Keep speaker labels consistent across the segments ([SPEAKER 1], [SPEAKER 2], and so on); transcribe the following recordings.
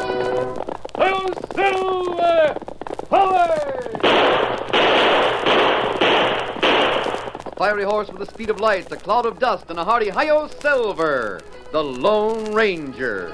[SPEAKER 1] Who's silver? Away!
[SPEAKER 2] A fiery horse with the speed of light, a cloud of dust, and a hearty hi-yo silver, the Lone Ranger.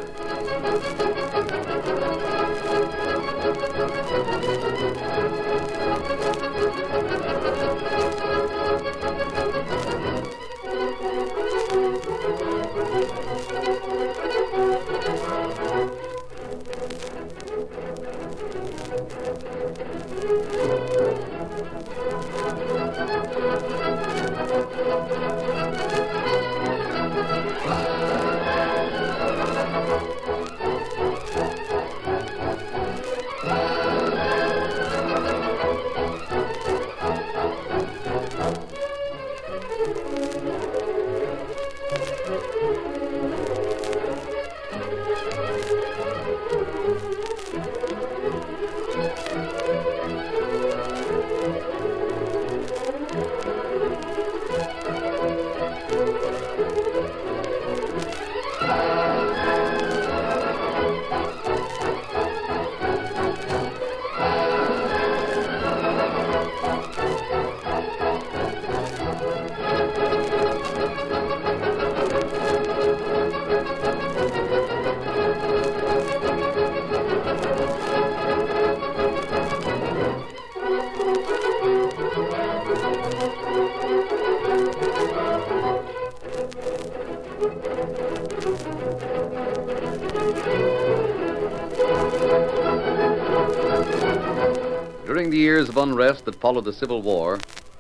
[SPEAKER 2] During the years of unrest that followed the Civil War,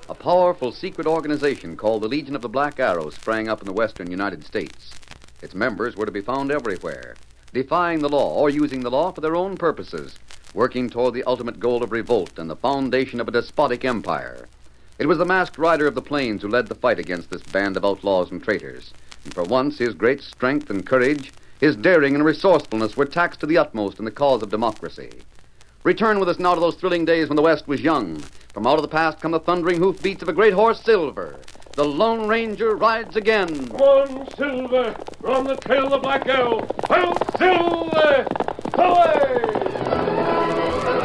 [SPEAKER 2] a powerful secret organization called the Legion of the Black Arrow sprang up in the western United States. Its members were to be found everywhere, defying the law or using the law for their own purposes, working toward the ultimate goal of revolt and the foundation of a despotic empire. It was the masked rider of the plains who led the fight against this band of outlaws and traitors, and for once his great strength and courage, his daring and resourcefulness were taxed to the utmost in the cause of democracy. Return with us now to those thrilling days when the West was young. From out of the past come the thundering hoofbeats of a great horse, Silver. The Lone Ranger rides again.
[SPEAKER 1] Come on, Silver! We're on the trail of the Black Arrow! Who's Silver? Away!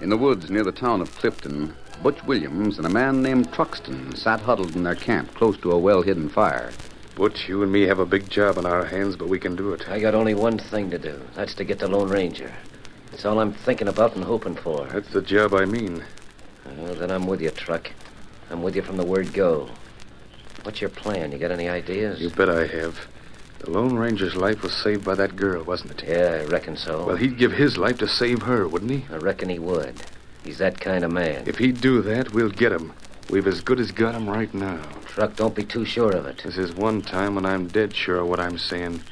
[SPEAKER 2] In the woods near the town of Clifton, Butch Williams and a man named Truxton sat huddled in their camp close to a well hidden fire.
[SPEAKER 3] Butch, you and me have a big job on our hands, but we can do it.
[SPEAKER 4] I got only one thing to do. That's to get the Lone Ranger. That's all I'm thinking about and hoping for.
[SPEAKER 3] That's the job I mean.
[SPEAKER 4] Well, then I'm with you, Truck. I'm with you from the word go. What's your plan? You got any ideas?
[SPEAKER 3] You bet I have. The Lone Ranger's life was saved by that girl, wasn't it?
[SPEAKER 4] Yeah, I reckon so.
[SPEAKER 3] Well, he'd give his life to save her, wouldn't he?
[SPEAKER 4] I reckon he would. He's that kind of man.
[SPEAKER 3] If he'd do that, we'll get him. We've as good as got him right now.
[SPEAKER 4] Truck, don't be too sure of it.
[SPEAKER 3] This is one time when I'm dead sure of what I'm saying.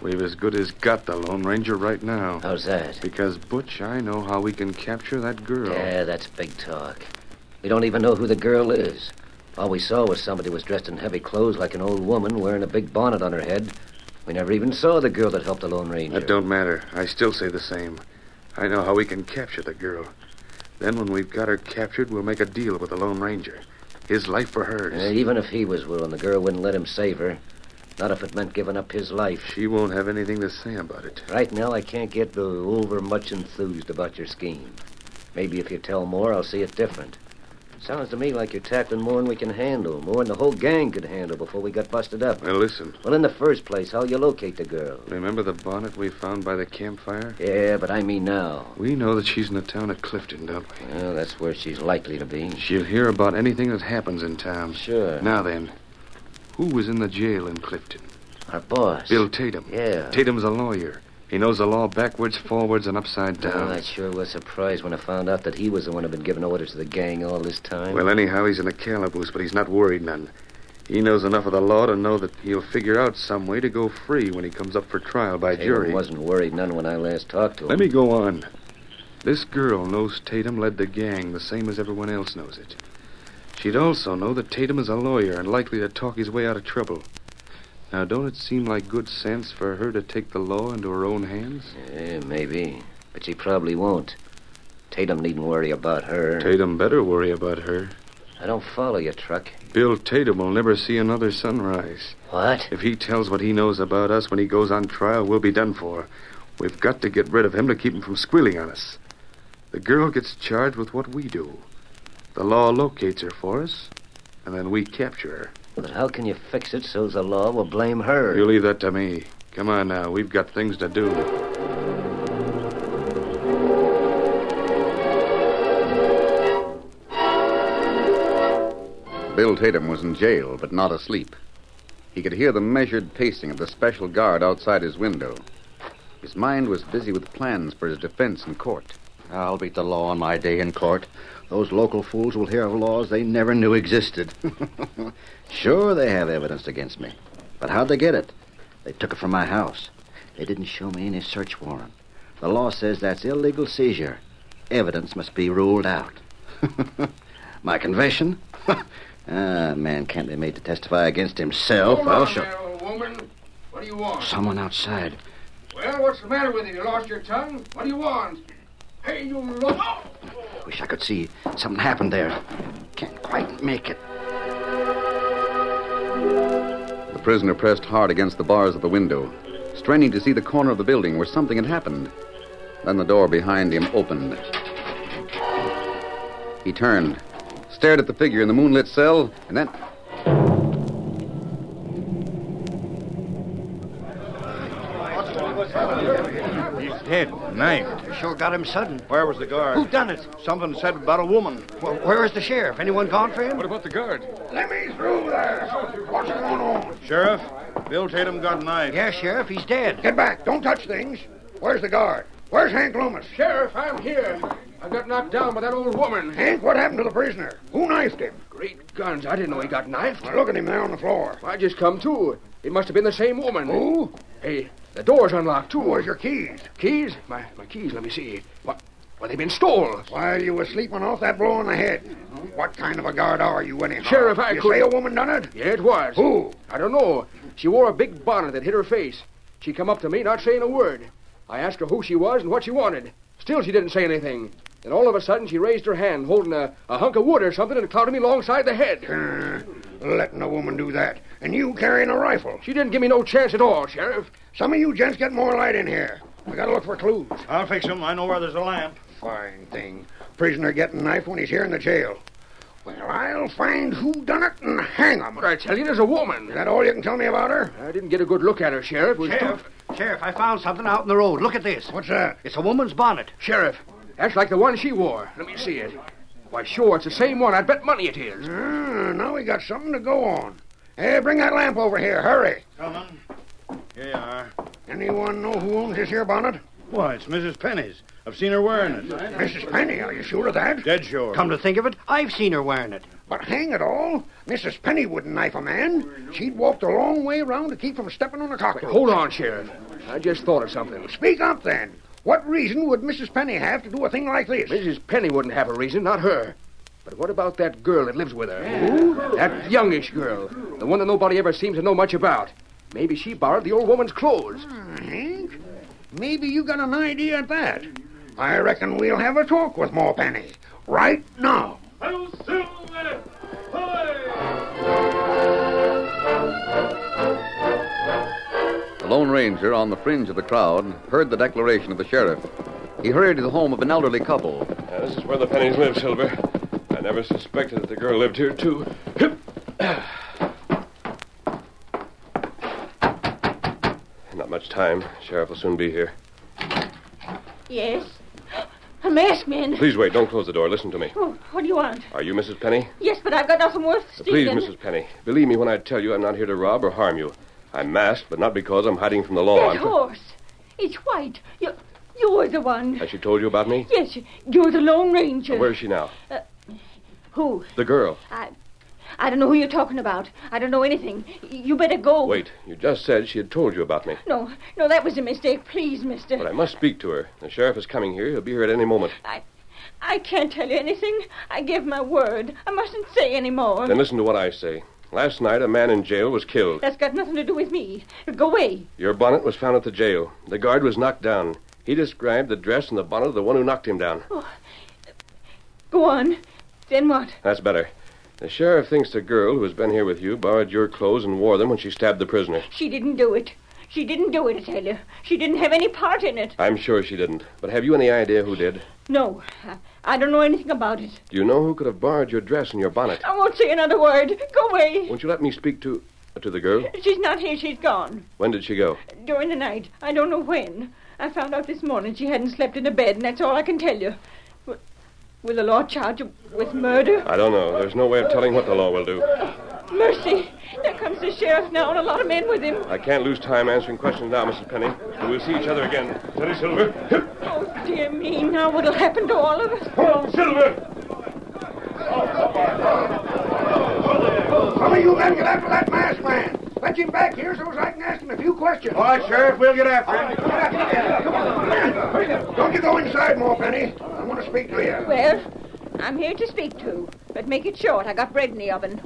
[SPEAKER 3] We've as good as got the Lone Ranger right now.
[SPEAKER 4] How's that?
[SPEAKER 3] Because, Butch, I know how we can capture that girl.
[SPEAKER 4] Yeah, that's big talk. We don't even know who the girl is. All we saw was somebody was dressed in heavy clothes like an old woman wearing a big bonnet on her head. We never even saw the girl that helped the Lone Ranger.
[SPEAKER 3] That don't matter. I still say the same. I know how we can capture the girl. Then, when we've got her captured, we'll make a deal with the Lone Ranger. His life for hers.
[SPEAKER 4] Uh, even if he was willing, the girl wouldn't let him save her. Not if it meant giving up his life.
[SPEAKER 3] She won't have anything to say about it.
[SPEAKER 4] Right now, I can't get over much enthused about your scheme. Maybe if you tell more, I'll see it different. Sounds to me like you're tackling more than we can handle, more than the whole gang could handle before we got busted up.
[SPEAKER 3] Now, listen.
[SPEAKER 4] Well, in the first place, how you locate the girl?
[SPEAKER 3] Remember the bonnet we found by the campfire?
[SPEAKER 4] Yeah, but I mean now.
[SPEAKER 3] We know that she's in the town of Clifton, don't we?
[SPEAKER 4] Well, that's where she's likely to be.
[SPEAKER 3] She'll hear about anything that happens in town.
[SPEAKER 4] Sure.
[SPEAKER 3] Now then, who was in the jail in Clifton?
[SPEAKER 4] Our boss.
[SPEAKER 3] Bill Tatum.
[SPEAKER 4] Yeah.
[SPEAKER 3] Tatum's a lawyer. He knows the law backwards, forwards, and upside
[SPEAKER 4] Well,
[SPEAKER 3] down.
[SPEAKER 4] Oh, I sure was surprised when I found out that he was the one who'd been giving orders to the gang all this time.
[SPEAKER 3] Well, anyhow, he's in a calaboose, but he's not worried none. He knows enough of the law to know that he'll figure out some way to go free when he comes up for trial by
[SPEAKER 4] Taylor
[SPEAKER 3] jury.
[SPEAKER 4] wasn't worried none when I last talked to him.
[SPEAKER 3] Let me go on. This girl knows Tatum led the gang the same as everyone else knows it. She'd also know that Tatum is a lawyer and likely to talk his way out of trouble. Now, don't it seem like good sense for her to take the law into her own hands?
[SPEAKER 4] Yeah, maybe. But she probably won't. Tatum needn't worry about her.
[SPEAKER 3] Tatum better worry about her.
[SPEAKER 4] I don't follow you, Truck.
[SPEAKER 3] Bill Tatum will never see another sunrise.
[SPEAKER 4] What?
[SPEAKER 3] If he tells what he knows about us when he goes on trial, we'll be done for. We've got to get rid of him to keep him from squealing on us. The girl gets charged with what we do. The law locates her for us, and then we capture
[SPEAKER 4] But how can you fix it so the law will blame her?
[SPEAKER 3] her. You leave that to me. Come on now, we've got things to do.
[SPEAKER 2] Bill Tatum was in jail, but not asleep. He could hear the measured pacing of the special guard outside his window. His mind was busy with plans for his defense in court.
[SPEAKER 5] I'll beat the law on my day in court. Those local fools will hear of laws they never knew existed. sure, they have evidence against me. But how'd they get it? They took it from my house. They didn't show me any search warrant. The law says that's illegal seizure. Evidence must be ruled out. my confession? ah, man can't be made to testify against himself. I'll show.
[SPEAKER 6] old woman. What do you want?
[SPEAKER 5] Someone outside.
[SPEAKER 6] Well, what's the matter with you? You lost your tongue? What do you want? Hey, you look.
[SPEAKER 5] Wish I could see. Something happened there. Can't quite make it.
[SPEAKER 2] The prisoner pressed hard against the bars of the window, straining to see the corner of the building where something had happened. Then the door behind him opened. He turned, stared at the figure in the moonlit cell, and then.
[SPEAKER 7] He's dead, knifed.
[SPEAKER 5] Sure got him sudden.
[SPEAKER 7] Where was the guard?
[SPEAKER 5] Who done it?
[SPEAKER 7] Something said about a woman.
[SPEAKER 5] Well, where is the sheriff? Anyone gone for him?
[SPEAKER 1] about the guard?
[SPEAKER 6] Let me through there. What's going on?
[SPEAKER 7] Sheriff, Bill Tatum got knifed.
[SPEAKER 5] Yeah, sheriff, he's dead.
[SPEAKER 6] Get back. Don't touch things. Where's the guard? Where's Hank Loomis?
[SPEAKER 1] Sheriff, I'm here. I got knocked down by that old woman.
[SPEAKER 6] Hank, what happened to the prisoner? Who knifed him?
[SPEAKER 1] Great guns. I didn't know he got knifed.
[SPEAKER 6] Now, look at him there on the floor.
[SPEAKER 1] I just come to. It must have been the same woman.
[SPEAKER 6] Who?
[SPEAKER 1] Hey, the door's unlocked, too.
[SPEAKER 6] Where's your keys?
[SPEAKER 1] Keys? My, my keys, let me see. What? Well, they've been stole.
[SPEAKER 6] While you were sleeping off that blow on the head. What kind of a guard are you, anyhow?
[SPEAKER 1] Sheriff, I
[SPEAKER 6] you
[SPEAKER 1] couldn't-
[SPEAKER 6] say a woman done it?
[SPEAKER 1] Yeah, it was.
[SPEAKER 6] Who?
[SPEAKER 1] I don't know. She wore a big bonnet that hid her face. She come up to me, not saying a word. I asked her who she was and what she wanted. Still, she didn't say anything. Then all of a sudden, she raised her hand, holding a, a hunk of wood or something, and clouted me alongside the head.
[SPEAKER 6] Uh, letting a woman do that. And you carrying a rifle.
[SPEAKER 1] She didn't give me no chance at all, Sheriff.
[SPEAKER 6] Some of you gents get more light in here. We gotta look for clues.
[SPEAKER 7] I'll fix him. I know where there's a lamp.
[SPEAKER 6] Fine thing. Prisoner getting knife when he's here in the jail. Well, I'll find who done it and hang 'em.
[SPEAKER 1] But I tell you, there's a
[SPEAKER 6] Is
[SPEAKER 1] woman.
[SPEAKER 6] that all you can tell me about her?
[SPEAKER 1] I didn't get a good look at her, Sheriff. It was
[SPEAKER 5] Sheriff, sheriff, I found something out in the road. Look at this.
[SPEAKER 6] What's that?
[SPEAKER 5] It's a woman's bonnet.
[SPEAKER 1] Sheriff, that's like the one she wore. Let me see it. Why, sure, it's the same one. I'd bet money it is.
[SPEAKER 6] Ah, now we got something to go on. Hey, bring that lamp over here. Hurry.
[SPEAKER 7] Coming. Here you are.
[SPEAKER 6] Anyone know who owns this here bonnet?
[SPEAKER 7] Why, it's Mrs. Penny's. I've seen her wearing it.
[SPEAKER 6] Mrs. Penny, are you sure of that?
[SPEAKER 7] Dead sure.
[SPEAKER 5] Come to think of it, I've seen her wearing it.
[SPEAKER 6] But hang it all, Mrs. Penny wouldn't knife a man. She'd walked a long way round to keep from stepping on a cockroach.
[SPEAKER 1] Hold on, Sheriff. I just thought of something.
[SPEAKER 6] Speak up, then. What reason would Mrs. Penny have to do a thing like this?
[SPEAKER 1] Mrs. Penny wouldn't have a reason, not her. But what about that girl that lives with her? That youngish girl. The one that nobody ever seems to know much about. Maybe she borrowed the old woman's clothes.
[SPEAKER 8] Hmm.
[SPEAKER 6] Hank, maybe you got an idea at that. I reckon we'll have a talk with Ma Penny right now.
[SPEAKER 1] I'll
[SPEAKER 2] The Lone Ranger, on the fringe of the crowd, heard the declaration of the sheriff. He hurried to the home of an elderly couple.
[SPEAKER 1] Uh, this is where the pennies live, Silver. I never suspected that the girl lived here, too.
[SPEAKER 8] Not much time. Sheriff will soon be here.
[SPEAKER 9] Yes. A masked man.
[SPEAKER 8] Please wait. Don't close the door. Listen to me.
[SPEAKER 9] Oh, what do you want?
[SPEAKER 8] Are you Mrs. Penny?
[SPEAKER 9] Yes, but I've got nothing worth
[SPEAKER 8] Please,
[SPEAKER 9] stealing.
[SPEAKER 8] Mrs. Penny. Believe me when I tell you I'm not here to rob or harm you. I'm masked, but not because I'm hiding from the law.
[SPEAKER 9] That
[SPEAKER 8] I'm
[SPEAKER 9] horse. It's white. You, you're the one.
[SPEAKER 8] Has she told you about me?
[SPEAKER 9] Yes, you're the Lone Ranger. Uh,
[SPEAKER 8] Where is she now?
[SPEAKER 9] Who?
[SPEAKER 8] The girl.
[SPEAKER 9] I, I don't know who you're talking about. I don't know anything. Y- You better go.
[SPEAKER 8] Wait, you just said she had told you about me.
[SPEAKER 9] No, no, that was a mistake. Please, mister.
[SPEAKER 8] But I must speak to her. The sheriff is coming here. He'll be here at any moment.
[SPEAKER 9] I, I can't tell you anything. I give my word. I mustn't say any more.
[SPEAKER 8] Then listen to what I say. Last night, a man in jail was killed.
[SPEAKER 9] That's got nothing to do with me. Go away.
[SPEAKER 8] Your bonnet was found at the jail. The guard was knocked down. He described the dress and the bonnet of the one who knocked him down.
[SPEAKER 9] Go on. Then what?
[SPEAKER 8] That's better. The sheriff thinks the girl who has been here with you borrowed your clothes and wore them when she stabbed the prisoner.
[SPEAKER 9] She didn't do it. She didn't do it, I tell you. She didn't have any part in it.
[SPEAKER 8] I'm sure she didn't. But have you any idea who did?
[SPEAKER 9] No, I, I don't know anything about it.
[SPEAKER 8] Do you know who could have borrowed your dress and your bonnet?
[SPEAKER 9] I won't say another word. Go away.
[SPEAKER 8] Won't you let me speak to uh, to the girl?
[SPEAKER 9] She's not here. She's gone.
[SPEAKER 8] When did she go?
[SPEAKER 9] During the night. I don't know when. I found out this morning she hadn't slept in a bed, and that's all I can tell you. Will- Will the law charge her with murder?
[SPEAKER 8] I don't know. There's no way of telling what the law will do.
[SPEAKER 9] Mercy! There comes the sheriff now, and a lot of men with him.
[SPEAKER 8] I can't lose time answering questions now, Mrs. Penny. We'll see each other again. Steady, Silver.
[SPEAKER 9] Oh, dear me, now what'll happen to all of us?
[SPEAKER 8] Silver!
[SPEAKER 6] Some of you men get after that masked man. Let him back here so as I can ask him a few questions.
[SPEAKER 7] All right, Sheriff, we'll get after him.
[SPEAKER 6] Don't you go inside, Morpenny. I want to speak to you.
[SPEAKER 9] Well, I'm here to speak to, but make it short. I got bread in the oven.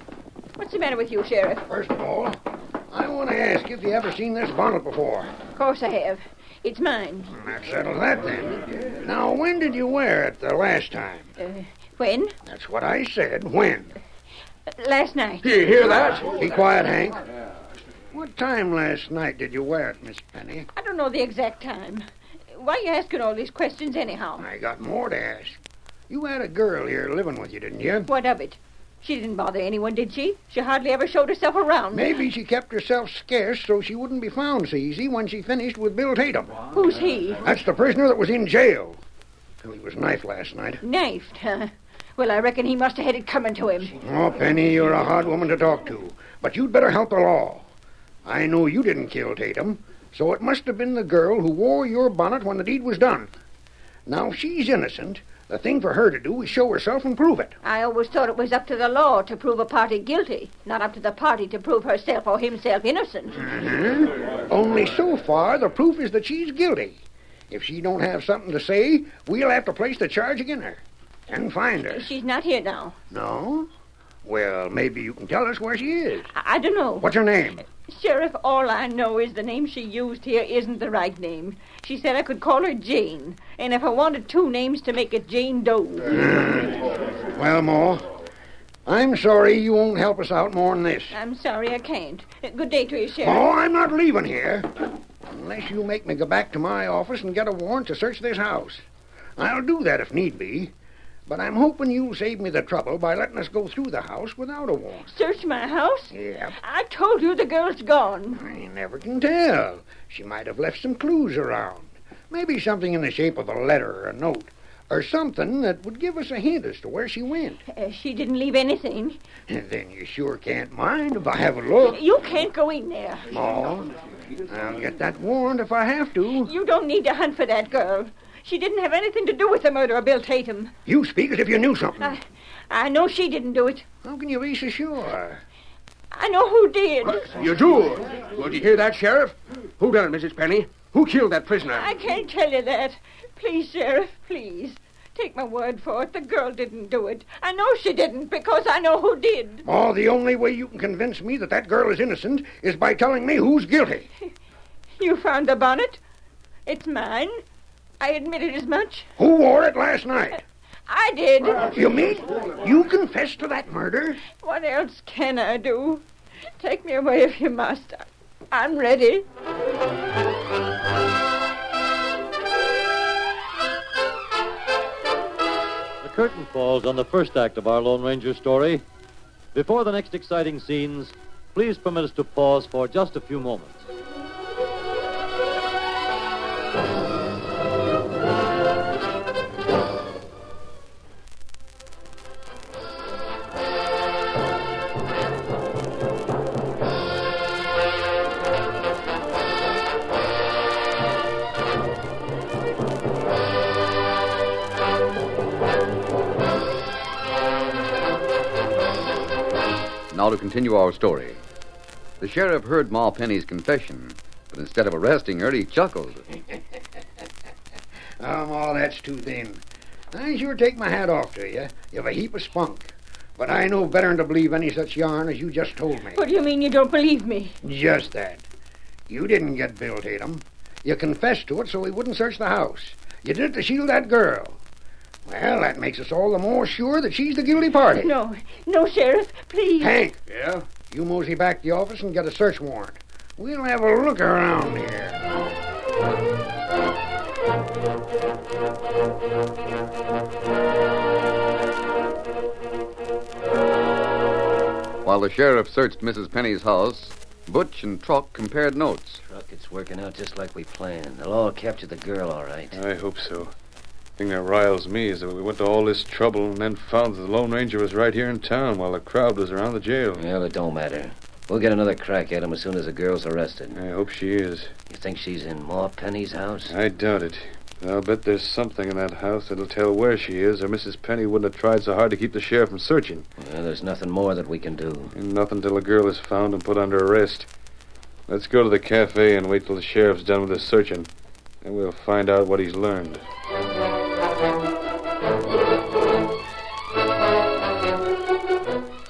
[SPEAKER 9] What's the matter with you, Sheriff?
[SPEAKER 6] First of all, I want to ask if you ever seen this bonnet before.
[SPEAKER 9] Of course I have. It's mine.
[SPEAKER 6] That settles that then. Now, when did you wear it the last time?
[SPEAKER 9] Uh, when?
[SPEAKER 6] That's what I said. When?
[SPEAKER 9] Last night.
[SPEAKER 6] Do you hear that? Be quiet, Hank. What time last night did you wear it, Miss Penny?
[SPEAKER 9] I don't know the exact time. Why are you asking all these questions anyhow?
[SPEAKER 6] I got more to ask. You had a girl here living with you, didn't you?
[SPEAKER 9] What of it? She didn't bother anyone, did she? She hardly ever showed herself around.
[SPEAKER 6] Maybe she kept herself scarce so she wouldn't be found so easy when she finished with Bill Tatum.
[SPEAKER 9] Who's he?
[SPEAKER 6] That's the prisoner that was in jail. Till he was knifed last night.
[SPEAKER 9] Knifed, huh? Well, I reckon he must have had it coming to him.
[SPEAKER 6] Oh, Penny, you're a hard woman to talk to, but you'd better help the law. I know you didn't kill Tatum, so it must have been the girl who wore your bonnet when the deed was done. Now, if she's innocent, the thing for her to do is show herself and prove it.
[SPEAKER 9] I always thought it was up to the law to prove a party guilty, not up to the party to prove herself or himself innocent.
[SPEAKER 6] Only so far, the proof is that she's guilty. If she don't have something to say, we'll have to place the charge against her and find her.
[SPEAKER 9] She's not here now.
[SPEAKER 6] No? Well, maybe you can tell us where she is.
[SPEAKER 9] I, I don't know.
[SPEAKER 6] What's her name?
[SPEAKER 9] Sheriff, all I know is the name she used here isn't the right name. She said I could call her Jane, and if I wanted two names to make it Jane Doe.
[SPEAKER 6] Well, Ma, I'm sorry you won't help us out more than this.
[SPEAKER 9] I'm sorry I can't. Uh, Good day to you, Sheriff.
[SPEAKER 6] Oh, I'm not leaving here unless you make me go back to my office and get a warrant to search this house. I'll do that if need be, but I'm hoping you'll save me the trouble by letting us go through the house without a warrant.
[SPEAKER 9] Search my house?
[SPEAKER 6] Yeah,
[SPEAKER 9] I told you the girl's gone.
[SPEAKER 6] you never can tell. She might have left some clues around. Maybe something in the shape of a letter or a note, or something that would give us a hint as to where she went.
[SPEAKER 9] Uh, she didn't leave anything.
[SPEAKER 6] Then you sure can't mind if I have a look.
[SPEAKER 9] You can't go in there.
[SPEAKER 6] Ma, I'll get that warrant if I have to.
[SPEAKER 9] You don't need to hunt for that girl. She didn't have anything to do with the murder of Bill Tatum.
[SPEAKER 6] You speak as if you knew something.
[SPEAKER 9] I, I know she didn't do it.
[SPEAKER 6] How can you be so sure?
[SPEAKER 9] I know who did.
[SPEAKER 1] You do? Well, do you hear that, Sheriff? Who done it, Mrs. Penny? Who killed that prisoner?
[SPEAKER 9] I can't tell you that. Please, Sheriff, please. Take my word for it. The girl didn't do it. I know she didn't because I know who did.
[SPEAKER 6] Ma, the only way you can convince me that that girl is innocent is by telling me who's guilty.
[SPEAKER 9] You found the bonnet. It's mine. I admitted as much.
[SPEAKER 6] Who wore it last night?
[SPEAKER 9] I did.
[SPEAKER 6] You mean you confessed to that murder?
[SPEAKER 9] What else can I do? Take me away if you must. I'm ready.
[SPEAKER 10] The curtain falls on the first act of our Lone Ranger story. Before the next exciting scenes, please permit us to pause for just a few moments.
[SPEAKER 2] Now to continue our story. The sheriff heard Ma Penny's confession, but instead of arresting her, he chuckled.
[SPEAKER 6] Oh, Ma, that's too thin. I sure take my hat off to you. You've a heap of spunk. But I know better than to believe any such yarn as you just told me.
[SPEAKER 9] What do you mean you don't believe me?
[SPEAKER 6] Just that. You didn't get Bill Tatum. You confessed to it so he wouldn't search the house. You did it to shield that girl. Well, that makes us all the more sure that she's the guilty party.
[SPEAKER 9] No, no, Sheriff, please.
[SPEAKER 6] Hank.
[SPEAKER 7] Yeah?
[SPEAKER 6] You mosey back to the office and get a search warrant. We'll have a look around here.
[SPEAKER 2] While the sheriff searched Mrs. Penny's house, Butch and Truck compared notes.
[SPEAKER 4] Truck, it's working out just like we planned. They'll all capture the girl, all right.
[SPEAKER 3] I hope so. thing that riles me is that we went to all this trouble and then found that the Lone Ranger was right here in town while the crowd was around the jail.
[SPEAKER 4] Well, it don't matter. We'll get another crack at him as soon as the girl's arrested.
[SPEAKER 3] I hope she is.
[SPEAKER 4] You think she's in Ma Penny's house?
[SPEAKER 3] I doubt it. I'll bet there's something in that house that'll tell where she is, or Mrs. Penny wouldn't have tried so hard to keep the sheriff from searching.
[SPEAKER 4] Well, there's nothing more that we can do.
[SPEAKER 3] And nothing till the girl is found and put under arrest. Let's go to the cafe and wait till the sheriff's done with his searching, and we'll find out what he's learned.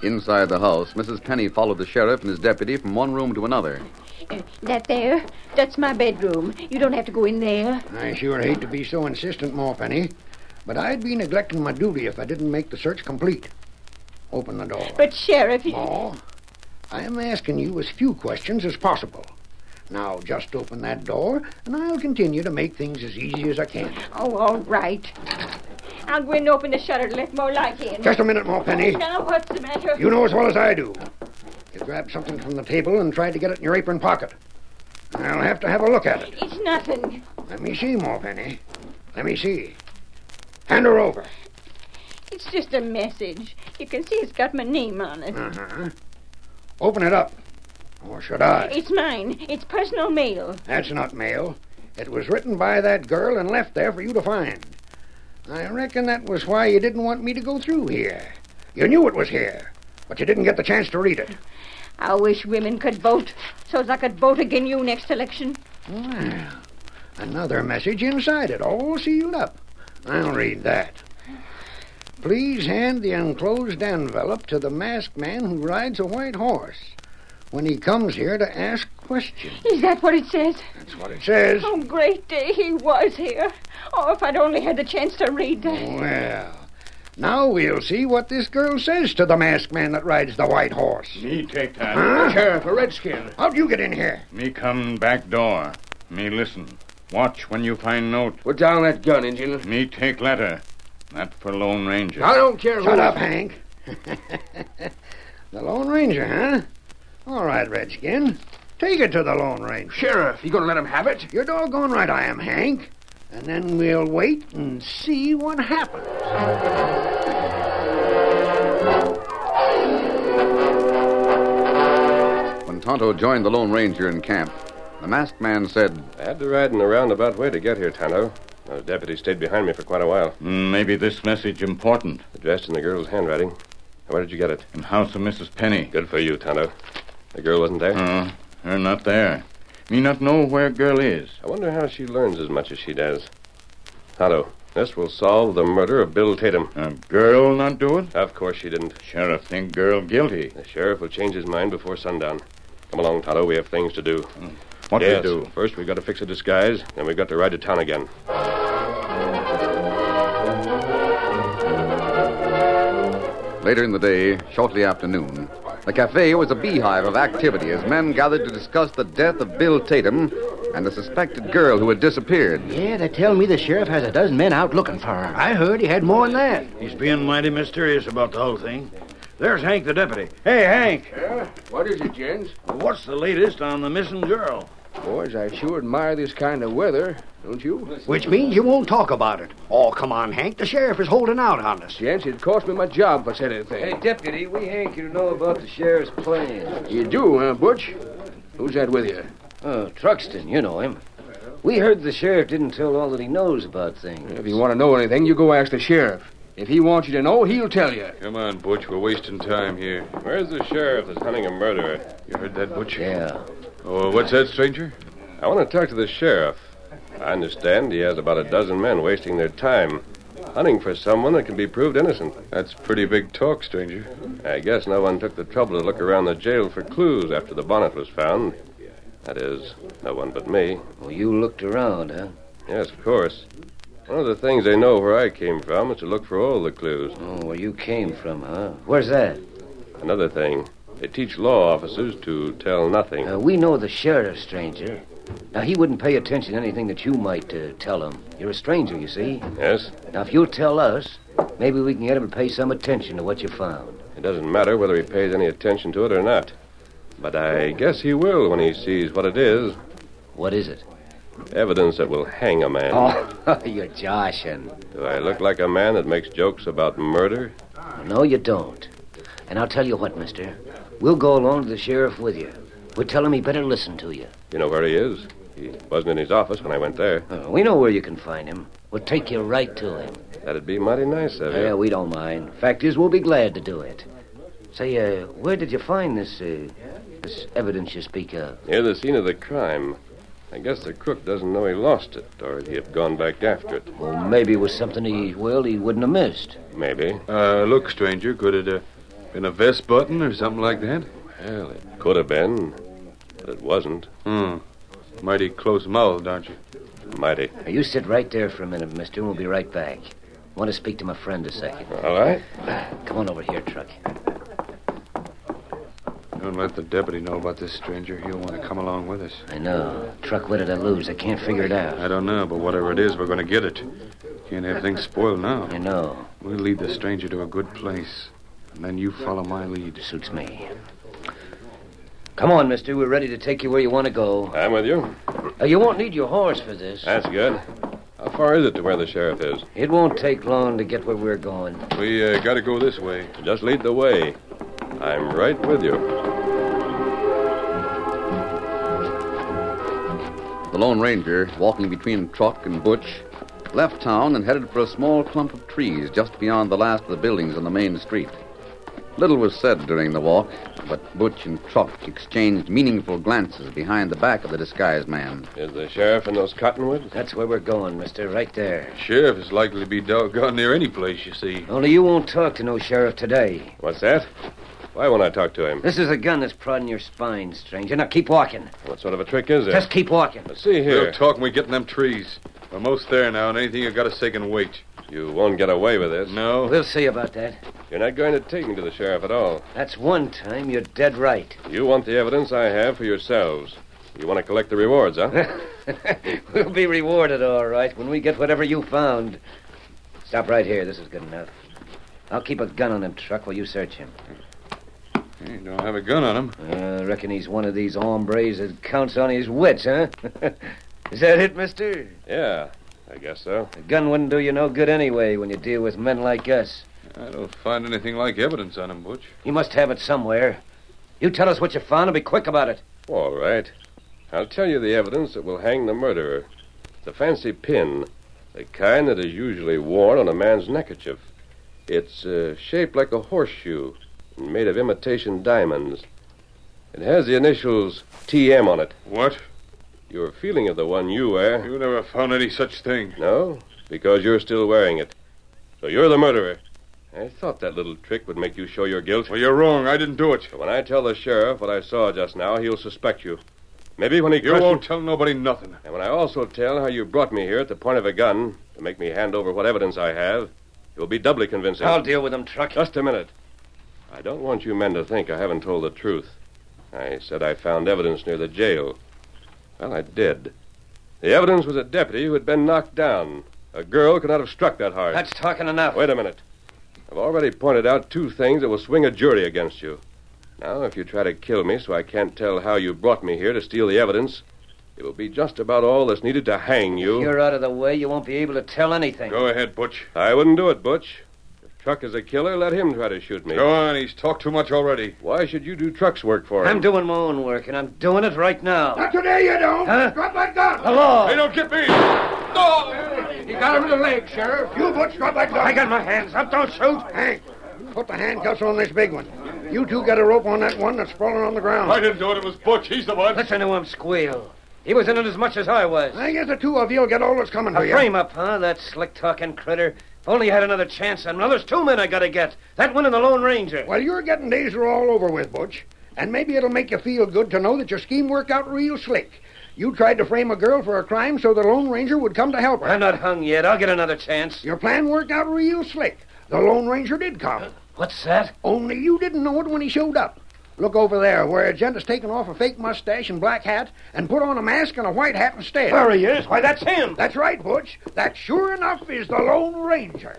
[SPEAKER 2] Inside the house, Mrs. Penny followed the sheriff and his deputy from one room to another.
[SPEAKER 9] That there, that's my bedroom. You don't have to go in there.
[SPEAKER 6] I sure hate to be so insistent, Ma Penny, but I'd be neglecting my duty if I didn't make the search complete. Open the door.
[SPEAKER 9] But, Sheriff, you...
[SPEAKER 6] Ma, I'm asking you as few questions as possible. Now, just open that door, and I'll continue to make things as easy as I can.
[SPEAKER 9] Oh, all right. I'll go in and open the shutter to let more light in.
[SPEAKER 6] Just a minute, Ma Penny.
[SPEAKER 9] Oh, now, what's the matter?
[SPEAKER 6] You know as well as I do. You grabbed something from the table and tried to get it in your apron pocket. I'll have to have a look at it.
[SPEAKER 9] It's nothing.
[SPEAKER 6] Let me see, Ma Penny. Let me see. Hand her over.
[SPEAKER 9] It's just a message. You can see it's got my name on it.
[SPEAKER 6] Uh-huh. Open it up. Or should I?
[SPEAKER 9] It's mine. It's personal mail.
[SPEAKER 6] That's not mail. It was written by that girl and left there for you to find. I reckon that was why you didn't want me to go through here. You knew it was here, but you didn't get the chance to read it.
[SPEAKER 9] I wish women could vote so as I could vote again you next election.
[SPEAKER 6] Well, another message inside it, all sealed up. I'll read that. Please hand the enclosed envelope to the masked man who rides a white horse when he comes here to ask questions.
[SPEAKER 9] Is that what it says?
[SPEAKER 6] That's what it says.
[SPEAKER 9] Oh, great day, he was here. Oh, if I'd only had the chance to read that.
[SPEAKER 6] Well, now we'll see what this girl says to the masked man that rides the white horse.
[SPEAKER 11] Me take that.
[SPEAKER 6] Huh?
[SPEAKER 1] Sheriff, a redskin.
[SPEAKER 6] How'd you get in here?
[SPEAKER 11] Me come back door. Me listen. Watch when you find note.
[SPEAKER 1] Put down that gun, Injun.
[SPEAKER 11] Me take letter. That for Lone Ranger.
[SPEAKER 1] I don't care
[SPEAKER 6] Shut
[SPEAKER 1] who-
[SPEAKER 6] up, Hank. the Lone Ranger, huh? All right, Redskin. Take it to the Lone Ranger.
[SPEAKER 1] Sheriff, you gonna let him have it?
[SPEAKER 6] You're doggone right I am, Hank. And then we'll wait and see what happens.
[SPEAKER 2] When Tonto joined the Lone Ranger in camp, the masked man said,
[SPEAKER 8] I had to ride in a roundabout way to get here, Tonto. The deputy stayed behind me for quite a while.
[SPEAKER 11] Mm, Maybe this message important.
[SPEAKER 8] Addressed in the girl's handwriting. Where did you get it?
[SPEAKER 11] In house of Mrs. Penny.
[SPEAKER 8] Good for you, Tonto. The girl wasn't there?
[SPEAKER 11] Uh, her not there. Me not know where girl is.
[SPEAKER 8] I wonder how she learns as much as she does. Tonto, this will solve the murder of Bill Tatum.
[SPEAKER 11] Uh, girl not do it?
[SPEAKER 8] Of course she didn't.
[SPEAKER 11] Sheriff think girl guilty.
[SPEAKER 8] The sheriff will change his mind before sundown. Come along, Tonto. We have things to do.
[SPEAKER 11] What
[SPEAKER 8] yes.
[SPEAKER 11] we do?
[SPEAKER 8] First, we've got to fix a disguise, then we've got to ride to town again.
[SPEAKER 2] Later in the day, shortly after noon, the cafe was a beehive of activity as men gathered to discuss the death of Bill Tatum and the suspected girl who had disappeared.
[SPEAKER 5] Yeah, they tell me the sheriff has a dozen men out looking for her.
[SPEAKER 12] I heard he had more than that.
[SPEAKER 13] He's being mighty mysterious about the whole thing. There's Hank, the deputy. Hey, Hank.
[SPEAKER 1] Yeah? What is it, Jens?
[SPEAKER 13] What's the latest on the missing girl?
[SPEAKER 1] Boys, I sure admire this kind of weather, don't you?
[SPEAKER 12] Which means you won't talk about it. Oh, come on, Hank. The sheriff is holding out on us.
[SPEAKER 1] Jens, it cost me my job if I said anything.
[SPEAKER 4] deputy, we Hank you know about the sheriff's plans.
[SPEAKER 1] You do, huh, Butch? Who's that with you?
[SPEAKER 4] Oh, Truxton, you know him. We heard the sheriff didn't tell all that he knows about things.
[SPEAKER 1] If you want to know anything, you go ask the sheriff. If he wants you to know, he'll tell you.
[SPEAKER 8] Come on, Butch. We're wasting time here. Where's the sheriff that's hunting a murderer? You heard that, Butch?
[SPEAKER 5] Yeah.
[SPEAKER 8] Oh, what's that, stranger? I want to talk to the sheriff. I understand he has about a dozen men wasting their time hunting for someone that can be proved innocent. That's pretty big talk, stranger. I guess no one took the trouble to look around the jail for clues after the bonnet was found. That is, no one but me.
[SPEAKER 4] Well, you looked around, huh?
[SPEAKER 8] Yes, of course. One of the things they know where I came from is to look for all the clues.
[SPEAKER 4] Oh, where you came from, huh? Where's that?
[SPEAKER 8] Another thing, they teach law officers to tell nothing.
[SPEAKER 4] Uh, we know the sheriff, stranger. Now, he wouldn't pay attention to anything that you might uh, tell him. You're a stranger, you see.
[SPEAKER 8] Yes?
[SPEAKER 4] Now, if you'll tell us, maybe we can get him to pay some attention to what you found.
[SPEAKER 8] It doesn't matter whether he pays any attention to it or not. But I guess he will when he sees what it is.
[SPEAKER 4] What is it?
[SPEAKER 8] Evidence that will hang a man.
[SPEAKER 4] Oh, you're joshing.
[SPEAKER 8] Do I look like a man that makes jokes about murder?
[SPEAKER 4] No, you don't. And I'll tell you what, mister. We'll go along to the sheriff with you. We'll tell him he better listen to you.
[SPEAKER 8] You know where he is. He wasn't in his office when I went there.
[SPEAKER 4] Uh, we know where you can find him. We'll take you right to him.
[SPEAKER 8] That'd be mighty nice of you.
[SPEAKER 4] Yeah, we don't mind. Fact is, we'll be glad to do it. Say, uh, where did you find this, uh, this evidence you speak of?
[SPEAKER 8] Near the scene of the crime. I guess the crook doesn't know he lost it, or he'd have gone back after it.
[SPEAKER 4] Well, maybe it was something he, well, he wouldn't have missed.
[SPEAKER 8] Maybe.
[SPEAKER 3] Uh, look, stranger, could it have been a vest button or something like that?
[SPEAKER 8] Well, it could have been, but it wasn't.
[SPEAKER 3] Hmm. Mighty close mouthed, aren't you?
[SPEAKER 8] Mighty.
[SPEAKER 4] Now, you sit right there for a minute, mister, and we'll be right back. Want to speak to my friend a second.
[SPEAKER 8] All right.
[SPEAKER 4] Come on over here, Truck.
[SPEAKER 3] Don't let the deputy know about this stranger. He'll want to come along with us.
[SPEAKER 4] I know. Truck, what did I lose? I can't figure it out.
[SPEAKER 3] I don't know, but whatever it is, we're going to get it. Can't have things spoiled now.
[SPEAKER 4] I know.
[SPEAKER 3] We'll lead the stranger to a good place. And then you follow my lead.
[SPEAKER 4] Suits me. Come on, mister. We're ready to take you where you want to go.
[SPEAKER 8] I'm with you.
[SPEAKER 4] Uh, you won't need your horse for this.
[SPEAKER 8] That's good. How far is it to where the sheriff is?
[SPEAKER 4] It won't take long to get where we're going.
[SPEAKER 3] We uh, got to go this way.
[SPEAKER 8] Just lead the way. I'm right with you.
[SPEAKER 2] The Lone Ranger, walking between Truck and Butch, left town and headed for a small clump of trees just beyond the last of the buildings on the main street. Little was said during the walk, but Butch and Truck exchanged meaningful glances behind the back of the disguised man.
[SPEAKER 8] Is the sheriff in those cottonwoods?
[SPEAKER 4] That's where we're going, mister. Right there.
[SPEAKER 3] Sheriff is likely to be doggone near any place, you see.
[SPEAKER 4] Only you won't talk to no sheriff today.
[SPEAKER 8] What's that? Why won't I talk to him?
[SPEAKER 4] This is a gun that's prodding your spine, stranger. Now keep walking.
[SPEAKER 8] What sort of a trick is it?
[SPEAKER 4] Just keep walking.
[SPEAKER 8] Let's see here.
[SPEAKER 3] We'll talk when we get in them trees. We're most there now, and anything you got to say can wait.
[SPEAKER 8] You won't get away with this.
[SPEAKER 3] No.
[SPEAKER 4] We'll see about that.
[SPEAKER 8] You're not going to take me to the sheriff at all.
[SPEAKER 4] That's one time. You're dead right.
[SPEAKER 8] You want the evidence I have for yourselves. You want to collect the rewards, huh?
[SPEAKER 4] we'll be rewarded, all right, when we get whatever you found. Stop right here. This is good enough. I'll keep a gun on him, truck, while you search him.
[SPEAKER 3] He don't have a gun on him.
[SPEAKER 4] Uh, reckon he's one of these hombres that counts on his wits, huh? Is that it, mister?
[SPEAKER 8] Yeah, I guess so.
[SPEAKER 4] A gun wouldn't do you no good anyway when you deal with men like us.
[SPEAKER 3] I don't find anything like evidence on him, Butch.
[SPEAKER 4] You must have it somewhere. You tell us what you found and be quick about it.
[SPEAKER 8] All right. I'll tell you the evidence that will hang the murderer. It's a fancy pin, the kind that is usually worn on a man's neckerchief. It's uh, shaped like a horseshoe and made of imitation diamonds. It has the initials TM on it.
[SPEAKER 3] What?
[SPEAKER 8] Your feeling of the one you wear.
[SPEAKER 3] You never found any such thing.
[SPEAKER 8] No, because you're still wearing it. So you're the murderer. I thought that little trick would make you show your guilt.
[SPEAKER 3] Well, you're wrong. I didn't do it.
[SPEAKER 8] But when I tell the sheriff what I saw just now, he'll suspect you. Maybe when he
[SPEAKER 3] You won't tell nobody nothing.
[SPEAKER 8] And when I also tell how you brought me here at the point of a gun to make me hand over what evidence I have, you'll be doubly convincing.
[SPEAKER 4] I'll deal with him, truck.
[SPEAKER 8] Just a minute. I don't want you men to think I haven't told the truth. I said I found evidence near the jail. Well, I did. The evidence was a deputy who had been knocked down. A girl could not have struck that hard.
[SPEAKER 4] That's talking enough.
[SPEAKER 8] Wait a minute. I've already pointed out two things that will swing a jury against you. Now, if you try to kill me so I can't tell how you brought me here to steal the evidence, it will be just about all that's needed to hang you.
[SPEAKER 4] If you're out of the way, you won't be able to tell anything.
[SPEAKER 3] Go ahead, Butch.
[SPEAKER 8] I wouldn't do it, Butch. If Truck is a killer, let him try to shoot me.
[SPEAKER 3] Go on. He's talked too much already.
[SPEAKER 8] Why should you do Truck's work for him?
[SPEAKER 4] I'm doing my own work, and I'm doing it right now.
[SPEAKER 6] Not today, you don't.
[SPEAKER 4] Huh?
[SPEAKER 6] Drop that gun.
[SPEAKER 4] The law.
[SPEAKER 3] They don't get me.
[SPEAKER 14] dog! He got him in the leg, Sheriff.
[SPEAKER 6] You butch got that dog.
[SPEAKER 14] I got
[SPEAKER 6] my hands up. Don't shoot. Hank, put the handcuffs on this big one. You two got a rope on that one that's sprawling on the ground.
[SPEAKER 8] I didn't do it. It was Butch. He's the one.
[SPEAKER 4] Listen to him squeal. He was in it as much as I was.
[SPEAKER 6] I guess the two of you'll get all that's coming to
[SPEAKER 4] A
[SPEAKER 6] you.
[SPEAKER 4] frame up, huh? That slick talking critter. If only he had another chance on me. Now, There's two men I gotta get. That one and the Lone Ranger.
[SPEAKER 6] Well, your getting days are all over with, Butch. And maybe it'll make you feel good to know that your scheme worked out real slick. You tried to frame a girl for a crime so the Lone Ranger would come to help her.
[SPEAKER 4] I'm not hung yet. I'll get another chance.
[SPEAKER 6] Your plan worked out real slick. The Lone Ranger did come.
[SPEAKER 4] What's that?
[SPEAKER 6] Only you didn't know it when he showed up. Look over there, where a gent has taken off a fake mustache and black hat and put on a mask and a white hat instead.
[SPEAKER 4] There he is. Why, that's him.
[SPEAKER 6] That's right, Butch. That sure enough is the Lone Ranger.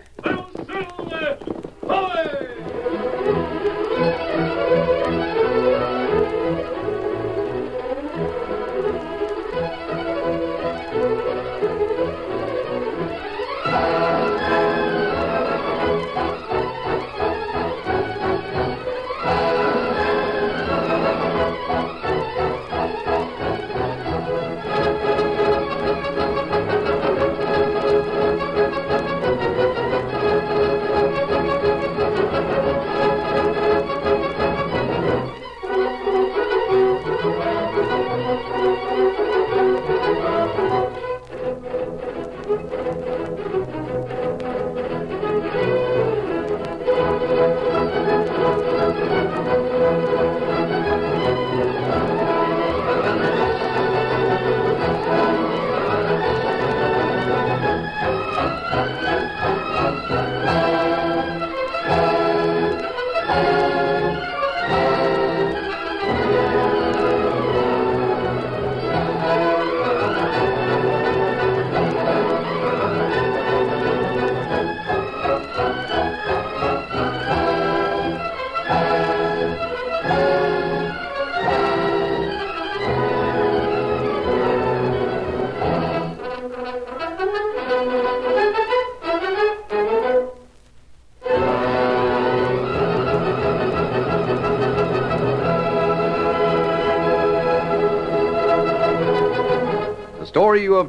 [SPEAKER 2] The story you have